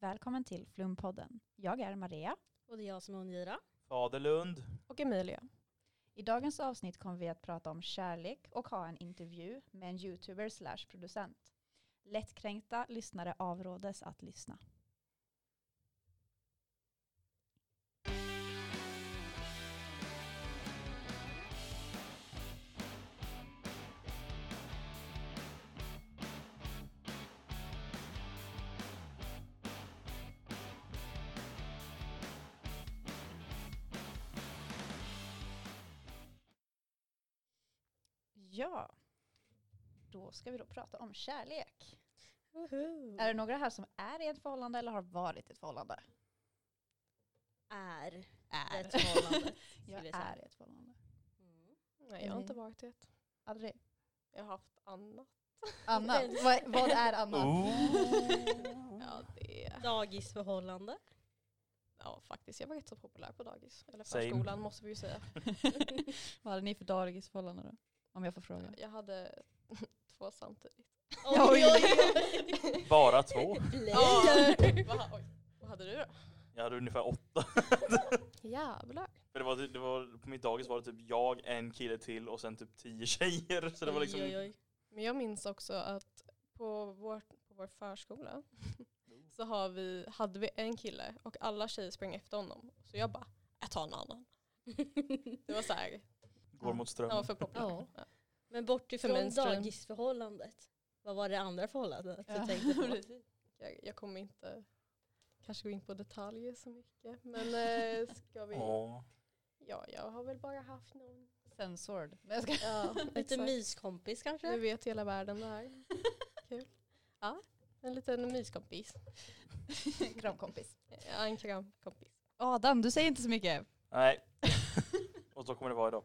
Välkommen till Flumpodden. Jag är Maria. Och det är jag som är Ongira. Faderlund. Och Emilia. I dagens avsnitt kommer vi att prata om kärlek och ha en intervju med en youtuber slash producent. Lättkränkta lyssnare avrådes att lyssna. Ja, då ska vi då prata om kärlek. Mm. Är det några här som är i ett förhållande eller har varit i ett förhållande? Är Är. ett förhållande. skulle Jag säga. är i ett förhållande. Mm. Nej, jag har inte varit i ett. Aldrig. Jag har haft annat. Annat. vad, vad är annat? Oh. Ja, det Dagisförhållande. Ja, faktiskt. Jag var rätt så populär på dagis. Eller Same. förskolan måste vi ju säga. vad hade ni för dagisförhållande då? Om jag får fråga. Jag hade två samtidigt. Oj, Bara två. Oj. Vad ha- oj. Vad hade du då? Jag hade ungefär åtta. Jävlar. För det var, det var, på mitt dagis var det typ jag, en kille till och sen typ tio tjejer. Så det var liksom... Oj, oj, oj. Men jag minns också att på vår, på vår förskola så har vi, hade vi en kille och alla tjejer sprang efter honom. Så jag bara, jag tar en annan. Det var så här, Går mot han var strömmen. för populär. Ja. Men bort ifrån För mainstream. dagisförhållandet. Vad var det andra förhållandet Ja. du tänkte på? Jag, jag kommer inte kanske gå in på detaljer så mycket. Men eh, ska vi... Ja. Ja, jag har väl bara haft någon. Censored. Men jag ska... Ja, Lite myskompis Nu kanske? vet hela världen det här. Kul. Ja, en liten myskompis. Kramkompis. Ja, en kramkompis. Adam, du säger inte så mycket. Nej. Och så kommer det vara idag.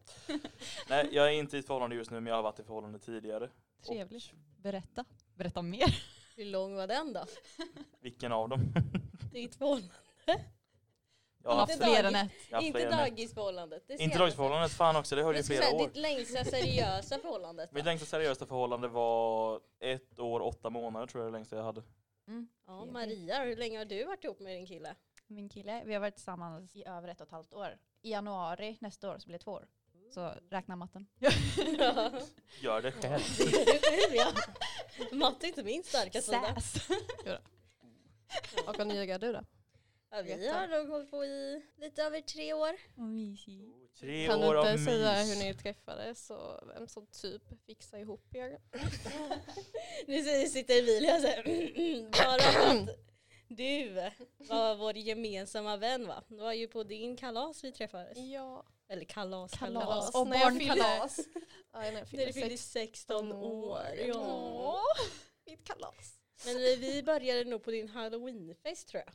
Nej, jag är inte i ett förhållande just nu men jag har varit i ett förhållande tidigare. Trevligt. Berätta. Berätta mer. Hur lång var den då? Och vilken av dem? Ditt förhållande? Jag har Inte haft, dag- fler än ett. jag har haft Inte flera med. dagisförhållandet. Det Inte senaste. dagsförhållandet, fan också, det höll ju Jag skulle flera säga år. ditt längsta seriösa förhållandet. då. Mitt längsta seriösa förhållande var ett år, åtta månader tror jag det längsta jag hade. Ja, Maria, hur länge har du varit ihop med din kille? Mm. Min kille, vi har varit tillsammans i över ett och ett halvt år. I januari nästa år så blir det två år. Så räkna matten. Gör det själv. ja. Matte är inte min starka sida. Säs. Och vad nygar du då? Ja, vi har nog hållit på i lite över tre år. Vad mysigt. Tre Kan du år av inte mys. säga hur ni träffades och vem som typ fixade ihop er? Nu säger- sitter Emilia så här, bara för att du var vår gemensamma vän va? Det var ju på din kalas vi träffades. Ja, Eller kalas, Kalas. kalas. Och När jag barnkalas. ja när jag När du fyllde fyllde sex. 16 år. Ja. Åh, mitt kalas. Men vi, vi började nog på din halloweenfest tror jag.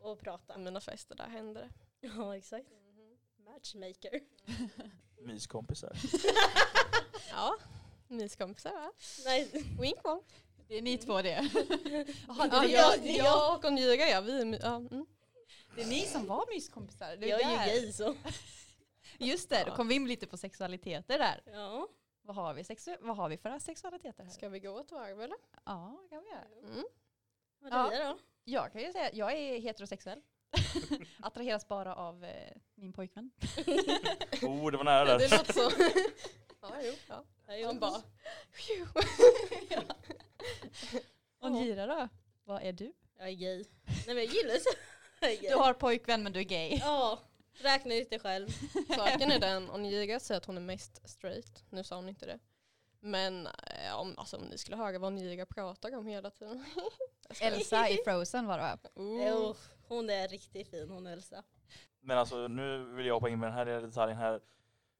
Och prata. Mina fester, där hände det. Ja exakt. Mm-hmm. Matchmaker. Myskompisar. Ja, myskompisar va? Nej, Wink wonk. Det är ni två det. Jaha, Ja, det, är jag, jag, det, är jag, jag och Onjiga ja, vi är my- ja, mm. det är ni som var myskompisar. Det är jag är där. ju gay så. Just det, då kom vi in lite på sexualiteter där. Ja. Vad har vi, sexu- vad har vi för sexualiteter här? Ska vi gå ett varv eller? Ja, det kan vi göra. Eh. Mm. Maria då? Jag kan ju säga att jag är heterosexuell. Attraheras bara av eh, min pojkvän. Oh, det var nära där. Det låter så. ja, jo. Ja. Han bara, Och Gira då? Vad är du? jag är gay. Nej men jag gillar så. Jag är gay. Du har pojkvän men du är gay. Ja, räkna ut det själv. Saken är den, Onjiga säger att hon är mest straight. Nu sa hon inte det. Men eh, om, alltså, om ni skulle höra vad Onjiga pratar om hela tiden. Elsa i Frozen var det va? Mm. Jo, hon är riktigt fin hon Elsa. Men alltså nu vill jag hoppa in med den här lilla detaljen här.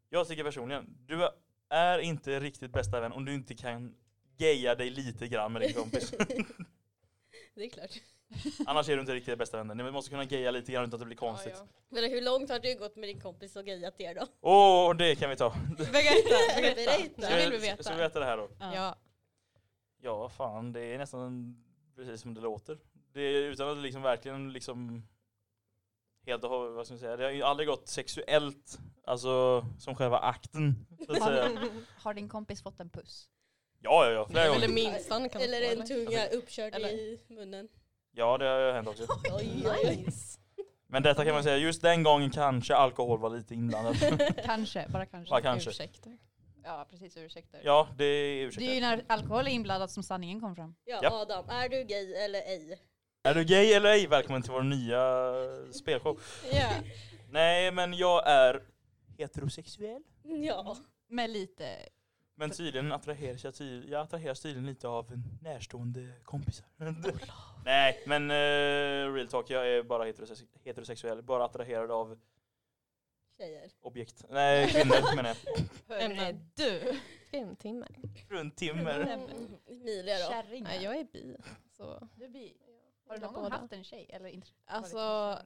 Jag tycker personligen, du är inte riktigt bästa vän om du inte kan gaya dig lite grann med din kompis. Det är klart. Annars är du inte riktigt bästa vänner. Ni måste kunna gaya lite grann utan att det blir konstigt. Ja, Men hur långt har du gått med din kompis och grejat er då? Åh, det kan vi ta. Berätta, berätta. Nu vill vi veta. Ska vi veta det här då? Ja. Ja, vad fan, det är nästan precis som det låter. Det är utan att det liksom verkligen liksom helt och hållet, vad ska man säga, det har ju aldrig gått sexuellt, alltså som själva akten. Så att säga. Har, har din kompis fått en puss? Ja, ja, ja, Det flera är väl det gånger. minsta ni kan Eller få, en tunga uppkörd Eller- i munnen. Ja, det har ju hänt också. Oj, oj, Nice. Men detta kan man säga, just den gången kanske alkohol var lite inblandad. Kanske, bara kanske. Ja, kanske. Ursäkter. Ja, precis. Ursäkter. Ja, det är Det är ju ursäkta. när alkohol är inblandad som sanningen kom fram. Ja, Japp. Adam, är du gay eller ej? Är du gay eller ej? Välkommen till vår nya spelshow. Ja. Nej, men jag är heterosexuell. Ja. Med lite... Men tydligen attraheras jag, ty- jag attraheras tydligen lite av närstående kompisar. Nej, men eh, real talk, jag är bara heterosex- heterosexuell. Bara attraherad av Tjejer. objekt. Nej, kvinnor menar jag. Ämnar du? Fruntimmer. Fruntimmer. Mm. Emilia då? Kärring. Nej, jag är bi. Så. Du blir... Har du gillar någon gång båda. haft en tjej? Eller inte? Alltså,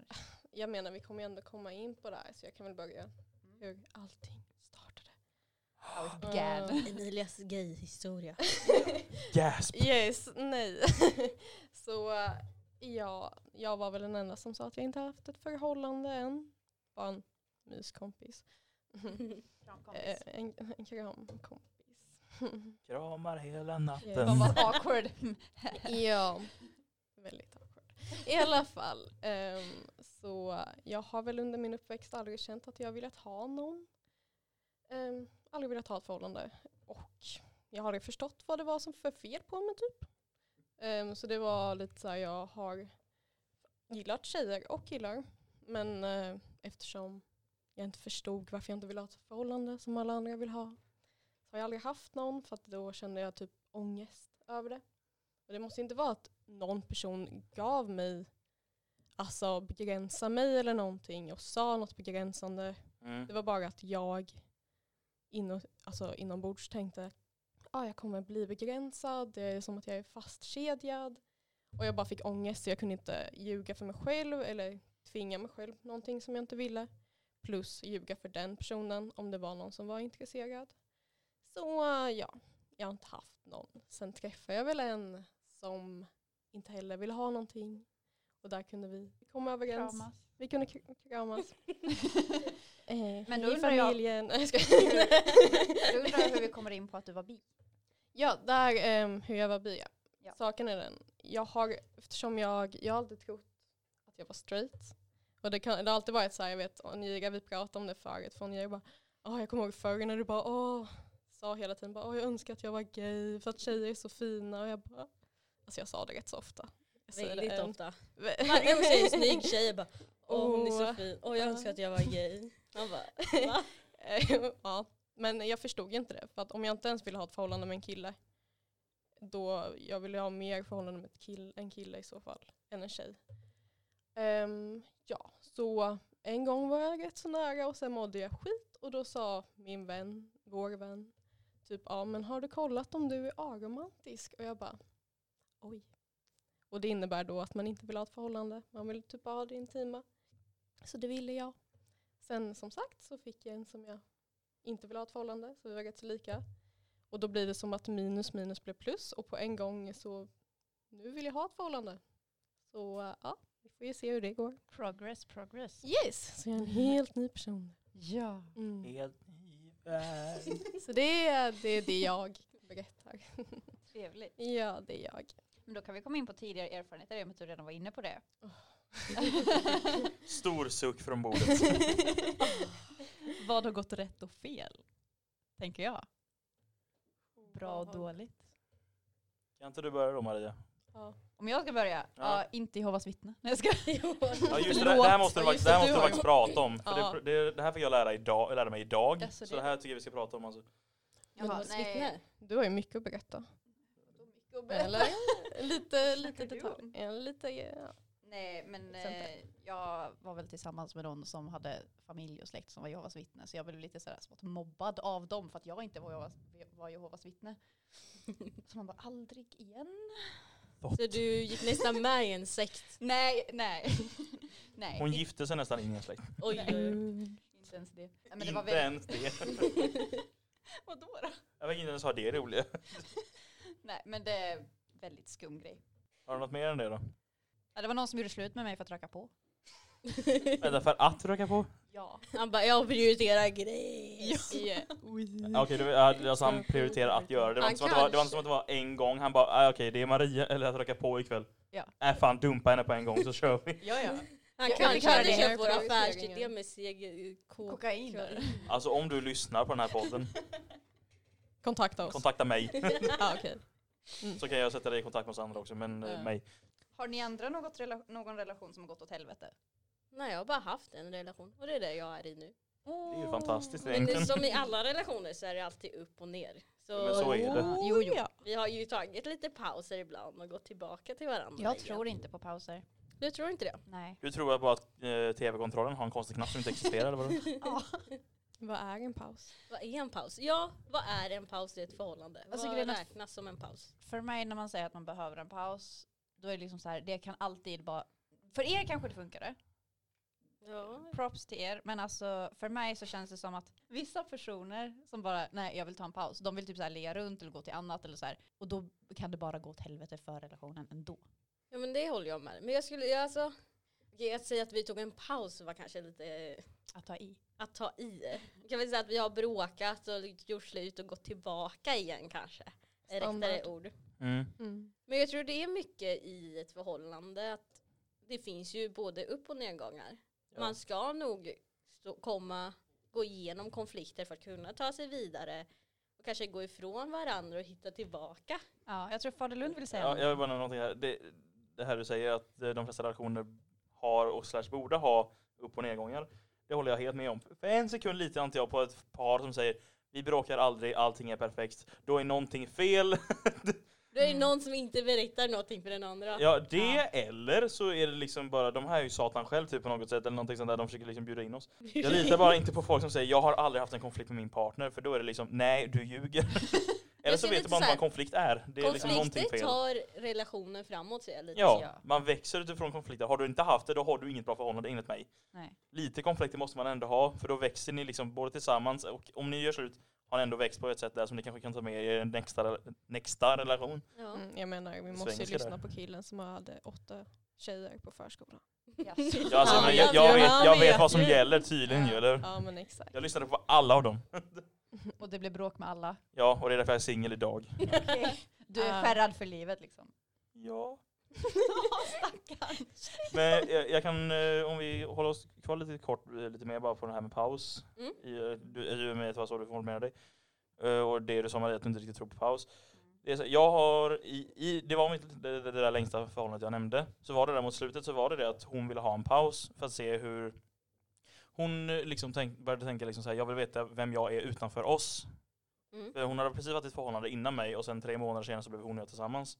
jag menar vi kommer ju ändå komma in på det här så jag kan väl börja hur allting startade. Alltså, Gad. Mm. Emilias gay-historia. Gasp. Yes, nej. så ja, jag var väl den enda som sa att jag inte haft ett förhållande än. Bara en myskompis. Eh, en, en kramkompis. Kramar hela natten. Vad var awkward. ja, väldigt awkward. I alla fall, ehm, så jag har väl under min uppväxt aldrig känt att jag velat ha någon. Um, aldrig velat ha ett förhållande. Och jag har aldrig förstått vad det var som för fel på mig typ. Ehm, så det var lite så här, jag har gillat tjejer och killar. Men eh, eftersom jag inte förstod varför jag inte ville ha ett förhållande som alla andra vill ha. Så har jag aldrig haft någon för att då kände jag typ ångest över det. Och det måste inte vara att någon person gav mig, alltså begränsa mig eller någonting och sa något begränsande. Mm. Det var bara att jag inom, alltså inombords tänkte ah, jag kommer bli begränsad, det är som att jag är fastkedjad. Och jag bara fick ångest så jag kunde inte ljuga för mig själv eller tvinga mig själv någonting som jag inte ville. Plus ljuga för den personen om det var någon som var intresserad. Så eh, ja, jag har inte haft någon. Sen träffade jag väl en som inte heller ville ha någonting. Och där kunde vi komma överens. Kramas. Vi kunde kr- kramas. Men Men då då Eh, I undrar jag- familjen. Nej, jag skojar. Jag undrar hur vi kommer in på att du var bi. ja, där ehm, hur jag var bi. ja. Ja. Saken är den, jag har, eftersom jag, jag har alltid trott att jag var straight. Och det, kan, det har alltid varit så här, jag vet, och Nira, vi pratade om det förut, för Nira bara, åh jag kommer ihåg förr när du bara, åh, sa hela tiden, bara, åh jag önskar att jag var gay för att tjejer är så fina. Och jag bara, alltså jag sa det rätt så ofta. Jag säger det ehm, Väldigt än. ofta. Varje gång tjejer är snygg tjej bara Åh hon är så Åh. fin, åh jag önskar att jag var gay. Man bara va? Eh, ja, men jag förstod inte det. För att om jag inte ens ville ha ett förhållande med en kille, då jag ville ha mer förhållande med ett kill, en kille i så fall, än en tjej. Ehm, ja, så en gång var jag rätt så nära och sen mådde jag skit och då sa min vän, vår vän, typ ja men har du kollat om du är aromantisk? Och jag bara oj. Och det innebär då att man inte vill ha ett förhållande, man vill typ bara ha det intima. Så det ville jag. Sen som sagt så fick jag en som jag inte ville ha ett förhållande, så vi var rätt så lika. Och då blir det som att minus minus blev plus och på en gång så nu vill jag ha ett förhållande. Så eh, ja, vi får ju se hur det går. Progress, progress. Yes! Så jag är en helt ny person. Ja. Mm. Helt ny värld. Så det är, det är det jag berättar. Trevligt. Ja, det är jag. Men då kan vi komma in på tidigare erfarenheter i och med att du redan var inne på det. Stor suck från bordet. Vad har gått rätt och fel? Tänker jag. Bra och Vad- dåligt. Kan inte du börja då Maria? Ja. Om jag ska börja? Ja. Ja, inte Jehovas vittne. Nej, jag ska. Ja just det, det här måste du faktiskt, Ja, just det här måste det, du du har faktiskt prata om. För Ja. det, det, det här fick jag lära, idag, lära mig idag. Ja, så så det- det här tycker jag vi ska prata om. Alltså. Jaha, Jehovas vittne. Du har ju mycket att berätta. Eller? Lite, snackar lite du detalj. om? Ja, lite, ja. Nej, men eh, Exempel. jag var väl tillsammans med någon som hade familj och släkt som var Jehovas vittne. Så jag blev lite sådär smått mobbad av dem för att jag inte var Jehovas, var Jehovas vittne. Så man bara, aldrig igen. Så du gick nästan med i en sekt. Nej, nej. nej, Hon gifte sig nästan in i en släkt. Oj oj oj. Mm. inte ens det. Ja, men det var Inte väl, ens det. vadå då? Jag vet inte ens ha det roliga. Nej, men det är väldigt skum grej. Har du något mer än det då? Ja, det var någon som gjorde slut med mig för att röka på. Vänta, för att röka på? Ja. Han bara jag prioriterar grejs. Ja, Okej, okay, alltså han prioriterar att göra det. Det var, Han inte som att det, var, det var kanske- inte som att det var en gång. Han bara, ah, okej det är Maria eller att röka på ikväll. Ja. Nej fan, dumpa henne på en gång så kör vi. Ja, ja. Han Jag kanske önskar hade det. köpt vår Prioriteringen. affärsidé med eh, CG, K- Kokain. K- Alltså om du lyssnar på den här podden, Kontakta oss. kontakta mig. ah, okej. Så kan jag sätta dig i kontakt med oss andra också, men eh, Ja. mig. Har ni andra något rela- någon relation som har gått åt helvete? Nej jag har bara haft en relation och det är det jag är i nu. Det är ju Oh. fantastiskt Oh Men egentligen. det, som i alla relationer så är det alltid upp och ner. Så, Men så är det. Jo, jo. Ja. vi har ju tagit lite pauser ibland och gått tillbaka till varandra. Jag igen. tror inte på pauser. Du tror inte det? Nej. Du tror bara att eh, tv-kontrollen har en konstig knapp som inte existerar eller vadå? Vad är en paus? Vad är en paus? Ja, vad är en paus i ett förhållande? Alltså, vad grejen är att- räknas som en paus? För mig när man säger att man behöver en paus, då är det liksom så här, det kan alltid bara... För er kanske det funkar det. Ja. Props till er. Men alltså för mig så känns det som att vissa personer som bara, nej jag vill ta en paus, de vill typ så här ligga runt eller gå till annat eller så här. Och då kan det bara gå åt helvete för relationen ändå. ja, men det håller jag med Men jag skulle, jag alltså, okej, att säga att vi tog en paus var kanske lite Att ta i. att ta i. Kan vi säga att vi har bråkat och gjort slut och gått tillbaka igen kanske? Är Rättare Standard. ord. Mm. Mm. Men jag tror det är mycket i ett förhållande att det finns ju både upp och nedgångar. Ja. Man ska nog stå, komma, gå igenom konflikter för att kunna ta sig vidare och kanske gå ifrån varandra och hitta tillbaka. Ja, jag tror Faderlund vill säga Ja, något. jag vill bara nämna någonting här. Det, det här du säger att eh, de flesta relationer har och slash borde ha upp och nedgångar. Det håller jag helt med om. För en sekund litar inte jag på ett par som säger vi bråkar aldrig, allting är perfekt. Då är någonting fel. Då är det Mm. någon som inte berättar någonting för den andra. Ja, det Ja. eller så är det liksom bara, de här är ju satan själv typ på något sätt eller någonting sånt där. De försöker liksom bjuda in oss. Jag litar bara inte på folk som säger jag har aldrig haft en konflikt med min partner för då är det liksom nej, du ljuger. eller Jag så ser vet lite du bara så inte här, vad en konflikt är. Det är liksom någonting Konflikter fel. tar relationen framåt säger jag lite. Ja, Ja. man växer utifrån konflikter. Har du inte haft det, då har du inget bra förhållande enligt mig. Nej. Lite konflikter måste man ändå ha, för då växer ni liksom både tillsammans och om ni gör slut har ni ändå växt på ett sätt där som ni kanske kan ta med er i en nästa, nästa relation. Ja. Mm, jag menar, vi måste Svänger ju sig lyssna där. på killen som hade åtta tjejer på förskolan. Jaså. Ja, alltså, Ja, men jag jag, jag, vet- vet, jag vet jag vet vad som ju. gäller tydligen ju, eller? Ja men exakt. Jag lyssnade på alla av dem. Och det blir bråk med alla. Ja, och det är därför jag är singel idag. Du är Ah. skärrad för livet liksom. Ja. Stackarn. Men jag, jag kan, eh, om vi håller oss kvar lite kort, eh, lite mer bara på den här med paus. Mm. I, eh, Du, eh, du med det var så du formulerade dig. Eh, Och det du sa Maria, att du inte riktigt tror på paus. Det, är så, jag har i, i, det var mitt, det, det det där längsta förhållandet jag nämnde. Så var det där mot slutet så var det det att hon ville ha en paus för att se hur hon eh, liksom tänk, började tänka liksom så här, jag vill veta vem jag är utanför oss. Mm. För hon hade precis varit i ett förhållande innan mig och sen tre månader senare så blev hon och jag tillsammans.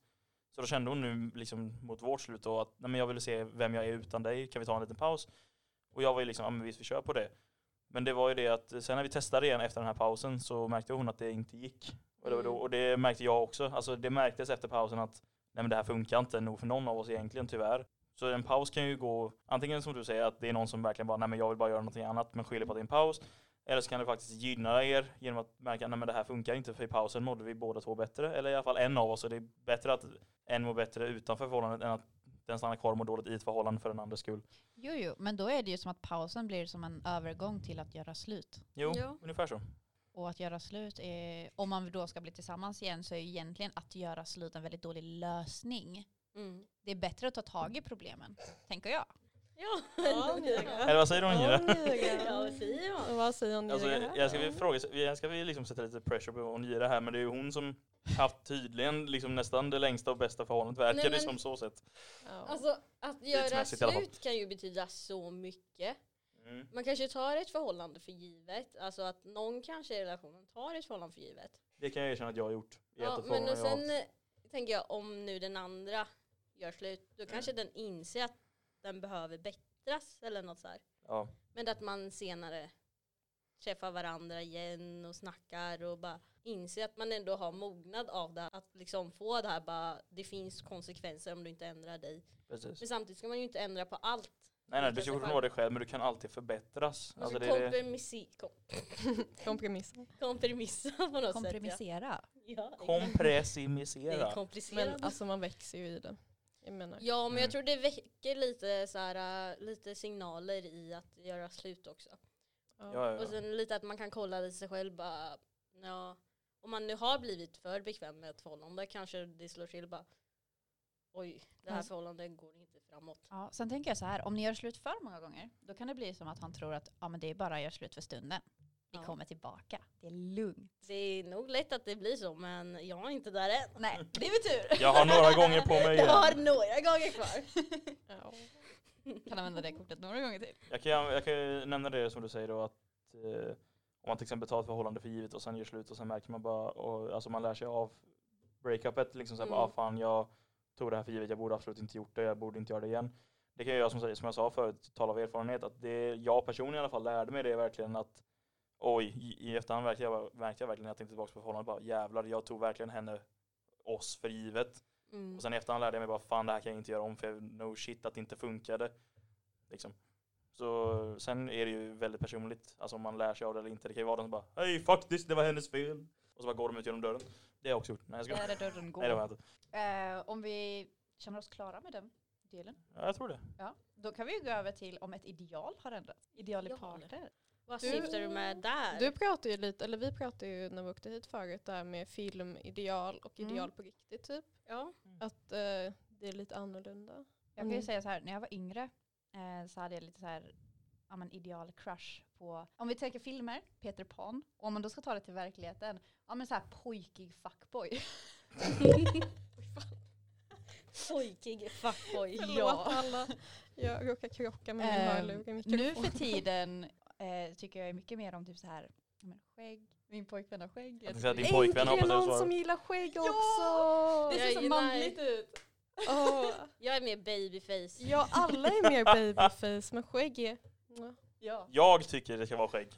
Så då kände hon nu liksom mot vårt slut då att nej men jag vill se vem jag är utan dig, kan vi ta en liten paus? Och jag var ju liksom, ja men visst vi kör på det. Men det var ju det att eh, sen när vi testade igen efter den här pausen så märkte hon att det inte gick. Och det, var då, Mm. och det märkte jag också, alltså det märktes efter pausen att nej men det här funkar inte nog för någon av oss egentligen tyvärr. Så en paus kan ju gå, antingen som du säger att det är någon som verkligen bara nej men jag vill bara göra någonting annat men skyller på att det är en paus. Eller så kan det faktiskt gynna er genom att märka nej men det här funkar inte för i pausen mådde vi båda två bättre. Eller i alla fall en av oss och det är bättre att en mår bättre utanför förhållandet än att den stannar kvar och mår dåligt i ett förhållande för den andres skull. Jo, jo, men då är det ju som att pausen blir som en övergång till att göra slut. Jo, Ja. ungefär så. Och att göra slut, är, om man då ska bli tillsammans igen så är ju egentligen att göra slut en väldigt dålig lösning. Mm. Det är bättre att ta tag i problemen, tänker jag. Ja. Ja, Nyga. Eller vad säger du Angela? ja, vad Nyga. säger man? Och Vad säger Nyga Alltså, här? jag ska väl fråga, jag ska väl liksom sätta lite pressure på Onira här men det är ju hon som haft tydligen liksom nästan det längsta och bästa förhållandet verkar Nej, det men- som så sett. Ja. Alltså att göra Tidsmässigt i alla fall. slut kan ju betyda så mycket. Mm. Man kanske tar ett förhållande för givet. Alltså att någon kanske i relationen tar ett förhållande för givet. Det kan jag erkänna att jag har gjort. I ett Ja, av men och förhållandena jag har sen haft. eh, tänker jag om nu den andra gör slut, då kanske Mm. den inser att den behöver bättras eller något så här. Ja. Men att man senare träffar varandra igen och snackar och bara inser att man ändå har mognad av det. Att liksom få det här bara, det finns konsekvenser om du inte ändrar dig. Precis. Men samtidigt ska man ju inte ändra på allt. Nej nej, du sig ska själv. fortfarande vara dig själv men du kan alltid förbättras. Man Alltså, ska det är det. kompromisi- kom, Kompromissen. kompromissa på något sätt. Kompromissera. Ja. Ja, det är Kompressimisera. komplicerat. Men alltså man växer ju i det. Jag menar. Ja men jag Mm. tror det väcker lite, så här, äh, lite signaler i att göra slut också. Ja, ja, Och ja. sen lite att man kan kolla lite sig själv bara, ja, om man nu har blivit för bekväm med ett förhållande kanske det slår till bara oj, det här Alltså- förhållandet går inte framåt. Ja, sen tänker jag så här, om ni gör slut för många gånger, då kan det bli som att han tror att ja, men det är bara att göra slut för stunden. Vi Ja. kommer tillbaka. Det är lugnt. Det är nog lätt att det blir så men jag är inte där än. Nej, det är väl tur. Jag har några gånger på mig Jag har igen. några gånger kvar. Ja. Kan använda det kortet några gånger till. Jag kan, jag kan ju nämna det som du säger då att eh, om man till exempel tar ett förhållande för givet och sen gör slut och sen märker man bara, och, alltså man lär sig av breakupet liksom såhär, Mm. mm. ah, fan jag tog det här för givet, jag borde absolut inte gjort det, jag borde inte göra det igen. Det kan jag som, säger- som jag sa förut, tala av erfarenhet, att det jag personligen i alla fall lärde mig det verkligen att oj, i, i efterhand märkte jag, bara- märkte jag verkligen när jag tänkte tillbaka på förhållandet, bara jävlar, jag tog verkligen henne, oss för givet. Mm. Och sen i efterhand lärde jag mig bara fan det här kan jag inte göra om för jag- no shit att det inte funkade. Liksom. Så sen är det ju väldigt personligt, alltså om man lär sig av det eller inte. Det kan ju vara den som bara hej fuck this, det var hennes fel. Och så bara går de ut genom dörren. Det har jag också gjort. Nej jag skojar. Där är dörren Nej det har går. jag inte. Eh, om vi känner oss klara med den delen, Ja, jag tror det. ja, då kan vi ju gå över till om ett ideal har ändrats. Ideal i Ideal. parter. Vad Du- syftar du med där? Du pratar ju lite, eller vi pratade ju när vi åkte hit förut där med filmideal och Mm. ideal på riktigt typ. ja. Att eh, det är lite annorlunda. Jag kan ju Mm. säga så här, när jag var yngre eh, så hade jag lite så här, ja men ideal crush på, om vi tänker filmer, Peter Pan, och om man då ska ta det till verkligheten, ja men så här pojkig fuckboy. Mm, Pojkig fuckboy. Förlåt alla. Jag råkar krocka med min Ehm, hörlur i nu mikrofonen. för tiden eh, tycker jag mycket mer om typ så här, ja, men skägg, min pojkvän har skägg. Jag Jag tänkte säga tycker- din pojkvän hoppas Äntligen jag någon som svarar. gillar skägg Ja! också! det ser Jag så gillar- manligt ut. Åh. Jag är mer babyface. Ja, alla är mer babyface, men skägg är... Ja. Jag tycker det ska vara skägg.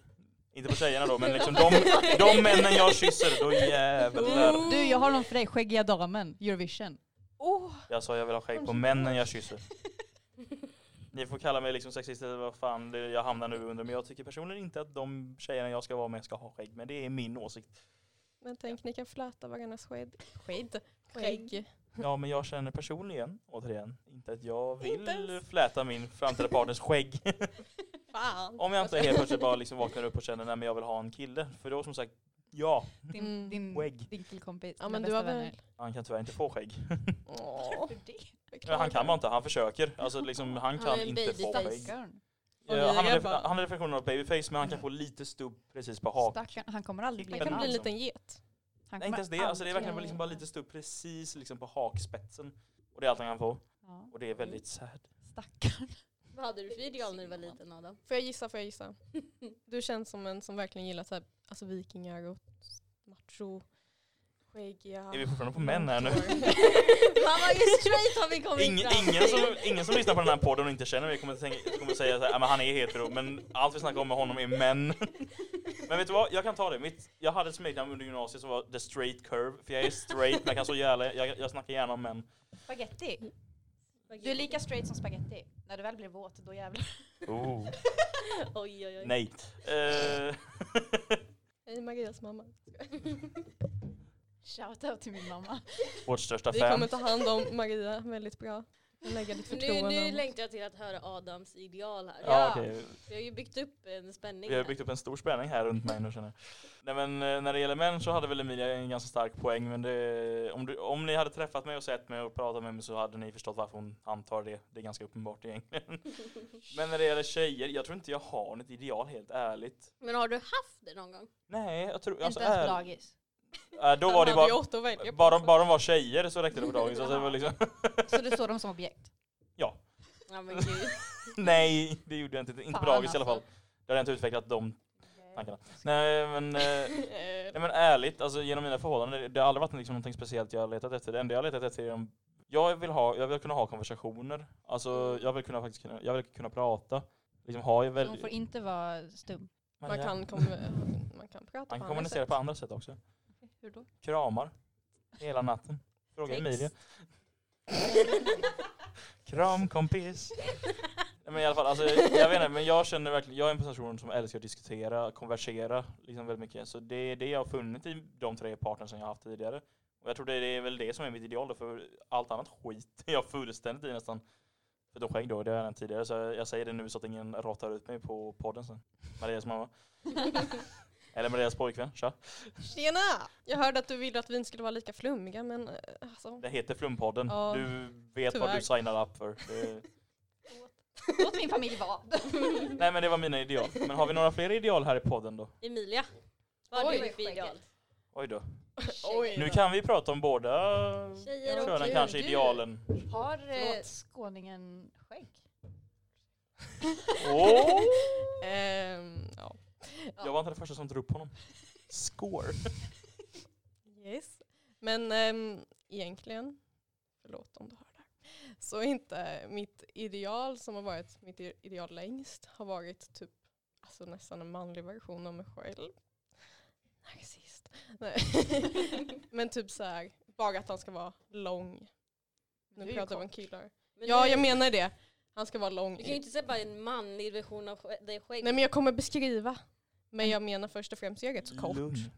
Inte på tjejerna då men liksom de, de männen jag kysser, då jävlar. Du, jag har någon för dig. Skäggiga damen, Eurovision. Åh, Jag sa jag vill ha skägg på männen jag kysser. Ni får kalla mig liksom sexist eller vad fan det jag hamnar nu under. Men jag tycker personligen inte att de tjejerna jag ska vara med ska ha skägg. Men det är min åsikt. men tänk ni kan fläta varandras skägg. Skägg. skägg. Ja men jag känner personligen, återigen, inte att jag Inte vill ens. fläta min framtida partners skägg. Fan. Om jag inte helt plötsligt bara liksom vaknar upp och känner nej men jag vill ha en kille. För då som sagt, ja, Din, Mm. din Skägg. dinkelkompis. Ja, dina men du bästa har väl- vänner. han kan tyvärr inte få skägg. Åh, Men han kan bara inte, han försöker. Alltså liksom, han är kan en inte få babyface. skägg. Stackaren. Ja, Och vi han, har, grabbar. def- han har definitionen av babyface men han kan få lite stubb precis på hakan. Stackaren. Han kommer aldrig bli Det kan bli en normal. liten get. Han Nej inte kommer ens det, alltså det är verkligen aldrig- liksom bara lite stubb precis liksom på hakspetsen. Och det är allt han kan få. Ja. Och det är väldigt sad. Stackaren. Vad hade du för ideal när du var liten Adam? Får jag gissa, får jag gissa? Du känns som en som verkligen gillar så här, alltså vikingar och macho, skäggiga. Är vi fortfarande på män här nu? Man var ju straight har vi kommit Ingen, fram ingen, till. som, ingen som lyssnar på den här podden och inte känner mig kommer, tänka, kommer säga att han är hetero, men allt vi snackar om med honom är män. Men vet du vad, jag kan ta det. Mitt, jag hade ett smeknamn under gymnasiet som var the straight curve, för jag är straight men jag kan så jävla, jag, jag snackar gärna om män. Spaghetti. Du är lika straight som spaghetti. När du väl blir våt, då jävlar. Oh. Oj oj oj. Nej. Eh, Hej Marias mamma. Shoutout till min mamma. vårt största Vi kommer fan. ta hand om Maria väldigt bra. Och lägga ditt Nu, förtroende nu om oss. längtar jag till att höra Adams ideal här. Ja, okej. Vi har ju byggt upp en spänning Vi har här. byggt upp en stor spänning här runt mig nu känner jag. Nej men eh, när det gäller män så hade väl Emilia en ganska stark poäng men det, om, du, om ni hade träffat mig och sett mig och pratat med mig så hade ni förstått varför hon antar det. Det är ganska uppenbart egentligen. men när det gäller tjejer, jag tror inte jag har något ideal helt ärligt. Men har du haft det någon gång? Nej, jag tror... Alltså, Inte ens på är, dagis. äh, då var det Han hade ju bara... åtta att välja på. Bara, bara de var tjejer så räckte det på dagis. Alltså, det var liksom, Så du såg dem som objekt. Ja men gud. nej, det gjorde jag inte. Inte på Fan, dagis i alla fall. alltså. Jag hade inte utvecklat de tankarna. Nej men... eh, Nej men ärligt, alltså genom mina förhållanden, det- det har aldrig varit liksom någonting speciellt jag har letat efter. Det enda jag har letat efter är om jag vill, ha, jag vill kunna ha konversationer. Mm. Alltså jag vill kunna faktiskt kunna, jag vill kunna prata. Liksom har ju väl, De får inte vara stum. men Man ja, kan, kommu- man kan prata man på kan andra kommunicera sätt. på andra sätt också. Hur då? Kramar. Hela natten. Fråga Text. Emilia. Kram kompis. Nej, men i alla fall, alltså, jag vet inte, men jag känner verkligen, jag är en person som älskar att diskutera, konversera liksom väldigt mycket. Så det är det jag har funnit i de tre partners som jag har haft tidigare. Och jag tror det är väl det som är mitt ideal då, för allt annat skit är jag fullständigt i nästan. För då skägg då, det har jag nämnt tidigare, så jag säger det nu så att ingen rattar ut mig på podden sen. Marias mamma. Eller med deras pojkvän, kör. Tjena! Jag hörde att du ville att vi inte skulle vara lika flummiga men eh, alltså. Det heter Flumpodden. Ja, du vet vad tyvärr. du signar upp för. Det... Låt min familj vara. Nej men det var mina ideal. Men har vi några fler ideal här i podden då? Emilia, vad har Oj, du för skägget. ideal? Oj då. Oj. Nu kan vi prata om båda Tjejer och könen kul. kanske, Du- idealen. Har eh, Förlåt. skåningen skägg? Åh! Ehm, ja. Jag var inte den första som drog upp honom. Score. Yes. Men ehm, egentligen, förlåt om du hör det här, så är inte mitt ideal som har varit mitt i- ideal längst har varit typ alltså nästan en manlig version av mig själv. Narcissist. Nej. Men typ så här, bara att han ska vara lång. Du är Nu ju pratar kort. vi om killar. Men ja, du- jag menar det. Han ska vara lång. Du kan ju inte säga bara en manlig version av skä- dig själv. Nej men jag kommer beskriva. Men jag menar först och främst, jag är rätt så kort. Lugn.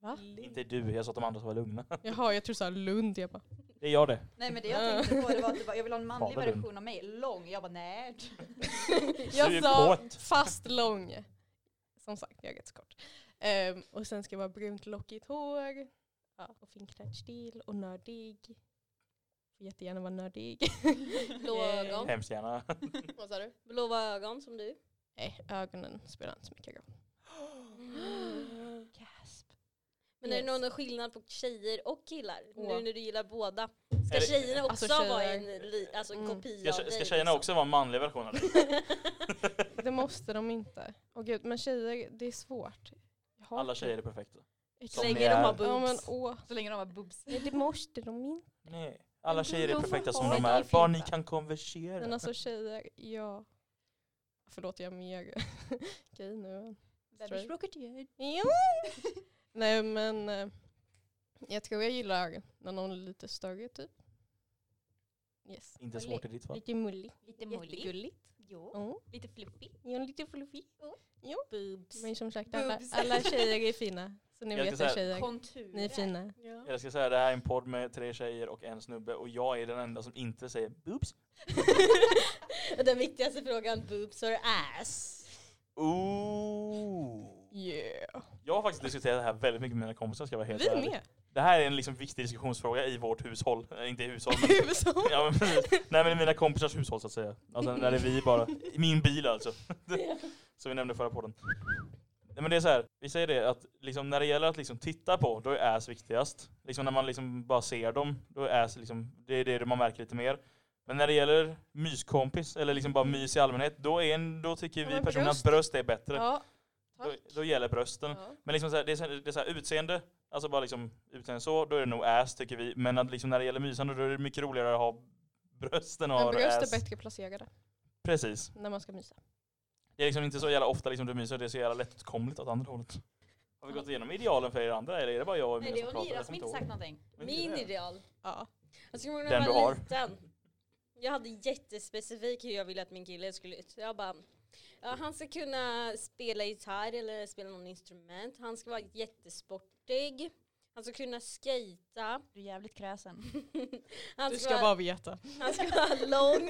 Va? Inte du, jag sa att de andra som var lugna. Jaha, jag tror såhär Lund. Jag bara, Det är jag det. Nej men det jag tänkte på det var att du bara, jag vill ha en manlig Ja, det är version av mig, lång. Jag bara nej. Du jag är sa kåt. fast lång. Som sagt, jag är rätt så kort. Ehm, och sen ska jag vara brunt lockigt hår. Ja, och finknäppt stil och nördig. Får jättegärna vara nördig. Blå ögon. Hemskt gärna. Vad sa du? Blåa ögon som du. Nej, ögonen spelar inte så mycket roll. Gasp. Men är det Yes. någon skillnad på tjejer och killar? Åh. Nu när du gillar båda. Är Ska det- tjejerna också Alltså, vara tjejer. en, li, alltså, en Mm. kopia Ska, av dig? ska tjejerna liksom? också vara en manlig version av dig? Det måste de inte. Åh gud, men tjejer, det är svårt. Jag hatar Alla tjejer det. är perfekta. Exakt. Så Som ni länge de har är. Ja men boobs. åh. Så länge de har boobs. Nej, det måste de inte. Nej. Alla Men tjejer är de perfekta som har de ju är. Bara ni filter. kan konversera. Men alltså tjejer, ja. Förlåt, jag är mer gay nu än straight. Jo. Nej men eh, jag tror jag gillar när någon är lite större typ. Yes. Inte svårt i ditt fall. Lite mullig. Lite mullig. Jättegulligt. Jo. Mm. Lite fluffig. Ja, lite fluffig. Boobs. Men som sagt, alla, Boobs. alla tjejer är fina. Så ni Jag vet ska att säga- tjejer, Kontur. ni är fina. Jag ska säga det här är en podd med tre tjejer och en snubbe och jag är den enda som inte säger boobs. Och Den viktigaste frågan, boobs or ass? Ooh. Yeah. Jag har faktiskt diskuterat det här väldigt mycket med mina kompisar ska jag vara helt Vi ärlig. med. Det här är en liksom viktig diskussionsfråga i vårt hushåll. Eh, Inte i hushåll men Huvudsom. Ja, men precis. Nej men i mina kompisars hushåll så att säga. Alltså när det är vi bara. I min bil alltså. Som vi nämnde förra podden. Nej men det är så här, vi säger det att liksom, när det gäller att liksom, titta på, då är ass viktigast. Liksom när man liksom bara ser dem, då är ass liksom, det är det man märker lite mer. Men när det gäller myskompis, eller liksom bara mys i allmänhet, då, är en, då tycker Ja, vi men personer att bröst. bröst är bättre. Ja. då, Tack. då gäller brösten. Ja. Men liksom så här, det är, så- det är så här, utseende, alltså bara liksom utseende så, då är det nog ass tycker vi. Men att liksom när det gäller mysande då är det mycket roligare att ha brösten och Men bröst ass. är bättre placerade Precis. när man ska mysa. Det är liksom inte så jävla ofta liksom du myser, det är så jävla lättåtkomligt åt andra hållet. Har vi gått igenom idealen för er andra eller är det bara jag och Nej mina det som var pratar? Nira Jag som kommer inte ihåg. sagt någonting. Men Min inte det. ideal. Ja. Alltså, jag Den Den du du har. har. Liten. Jag hade jättespecifik hur jag ville att min kille skulle ut. Jag bara, ja, han ska kunna spela gitarr eller spela någon instrument. Han ska vara jättesportig. Han ska kunna skejta. Du är jävligt kräsen. Alltså, Mm. Han Du ska, ska vara, bara veta. han ska vara lång.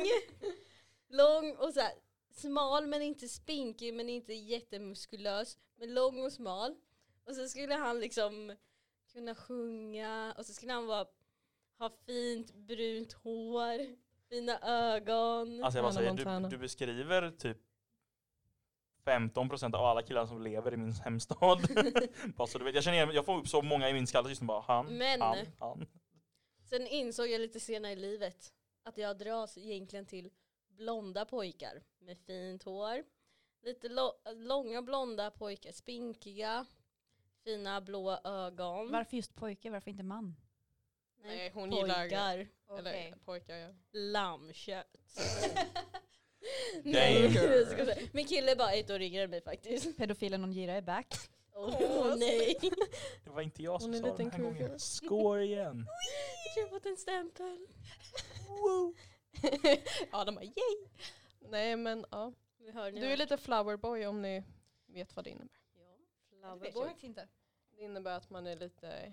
Lång och så här, smal men inte spinkig men inte jättemuskulös. Men lång och smal. Och så skulle han liksom kunna sjunga och så skulle han vara, ha fint brunt hår, fina ögon. Alltså jag bara Hannah säger, du, Montana. du beskriver typ 15% av alla killar som lever i min hemstad. bara så du vet, jag känner igen, jag får upp så många i min skalle just nu bara han, Men- han, han. Sen insåg jag lite senare i livet att jag dras egentligen till blonda pojkar med fint hår. Lite lo- långa blonda pojkar, spinkiga, fina blåa ögon. Varför just pojke, varför inte man? Nej, hon gillar Pojkar, Okej. eller pojkar. Ja. lammkött. Damn. Nej, jag ska säga. Min kille är bara ett år yngre än mig faktiskt. Pedofilen Nonjira är back. Åh nej. Det var inte jag som Hon är sa det liten den här gången. cougar. Score igen. Jag tror jag har fått en stämpel. ja, de bara yay. Nej men ja. Vi hör nu. Du är lite flowerboy om ni vet vad det innebär. Ja, Det vet jag Flowerboy. faktiskt inte. Det innebär att man är lite,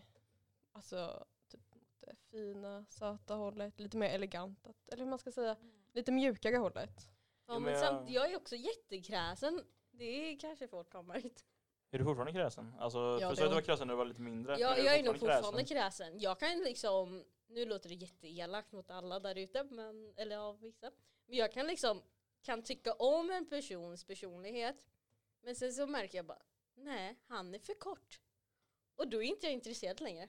alltså typ åt det fina, söta hållet, lite mer elegant, att- eller hur man ska säga, lite mjukare hållet. Ja, Ja, men men jag- samt, jag är också jättekräsen. Det är kanske folk har märkt. Är du fortfarande kräsen? Alltså, det för du sa var- att du var kräsen när du var lite mindre. men Jag, du jag är nog fortfarande kräsen. Jag kan liksom, nu låter det jätteelakt mot alla där ute, men, eller ja, vissa. Men jag kan liksom, kan tycka om en persons personlighet. Men sen så märker jag bara, nej, han är för kort. Och då är inte jag intresserad längre.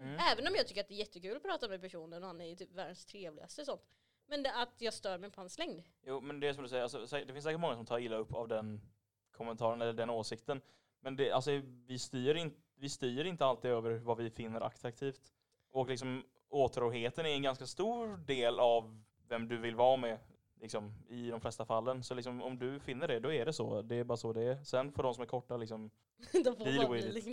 Mm. Även om jag tycker att det är jättekul att prata med personen och han är ju typ världens trevligaste och sånt. Men det att jag stör mig på hans längd. Jo, men det är som du säger, alltså, sä- det finns säkert många som tar illa upp av den kommentaren eller den åsikten. Men det, alltså, vi, styr in, vi styr inte alltid över vad vi finner attraktivt. Och liksom, återhållheten är en ganska stor del av vem du vill vara med liksom, i de flesta fallen. Så liksom, om du finner det, då är det så. Det är bara så det är. Sen för de som är korta, liksom, De får Deal bara bli with it.